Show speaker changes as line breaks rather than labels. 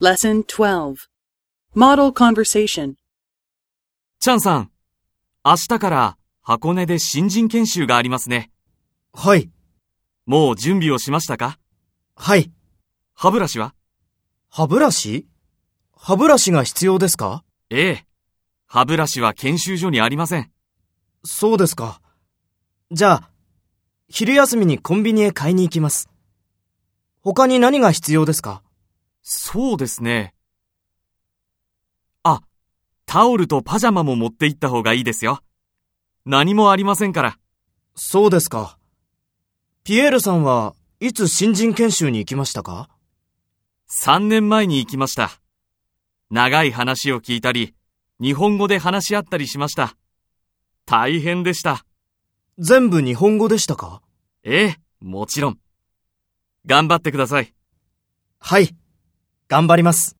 Lesson 12 Model Conversation
チャンさん、明日から箱根で新人研修がありますね。
はい、
もう準備をしましたか
はい。
歯ブラシは
歯ブラシ歯ブラシが必要ですか
ええ。歯ブラシは研修所にありません。
そうですか。じゃあ、昼休みにコンビニへ買いに行きます。他に何が必要ですか
そうですね。あ、タオルとパジャマも持って行った方がいいですよ。何もありませんから。
そうですか。ピエールさんはいつ新人研修に行きましたか
3年前に行きました。長い話を聞いたり、日本語で話し合ったりしました。大変でした。
全部日本語でしたか
ええ、もちろん。頑張ってください。
はい、頑張ります。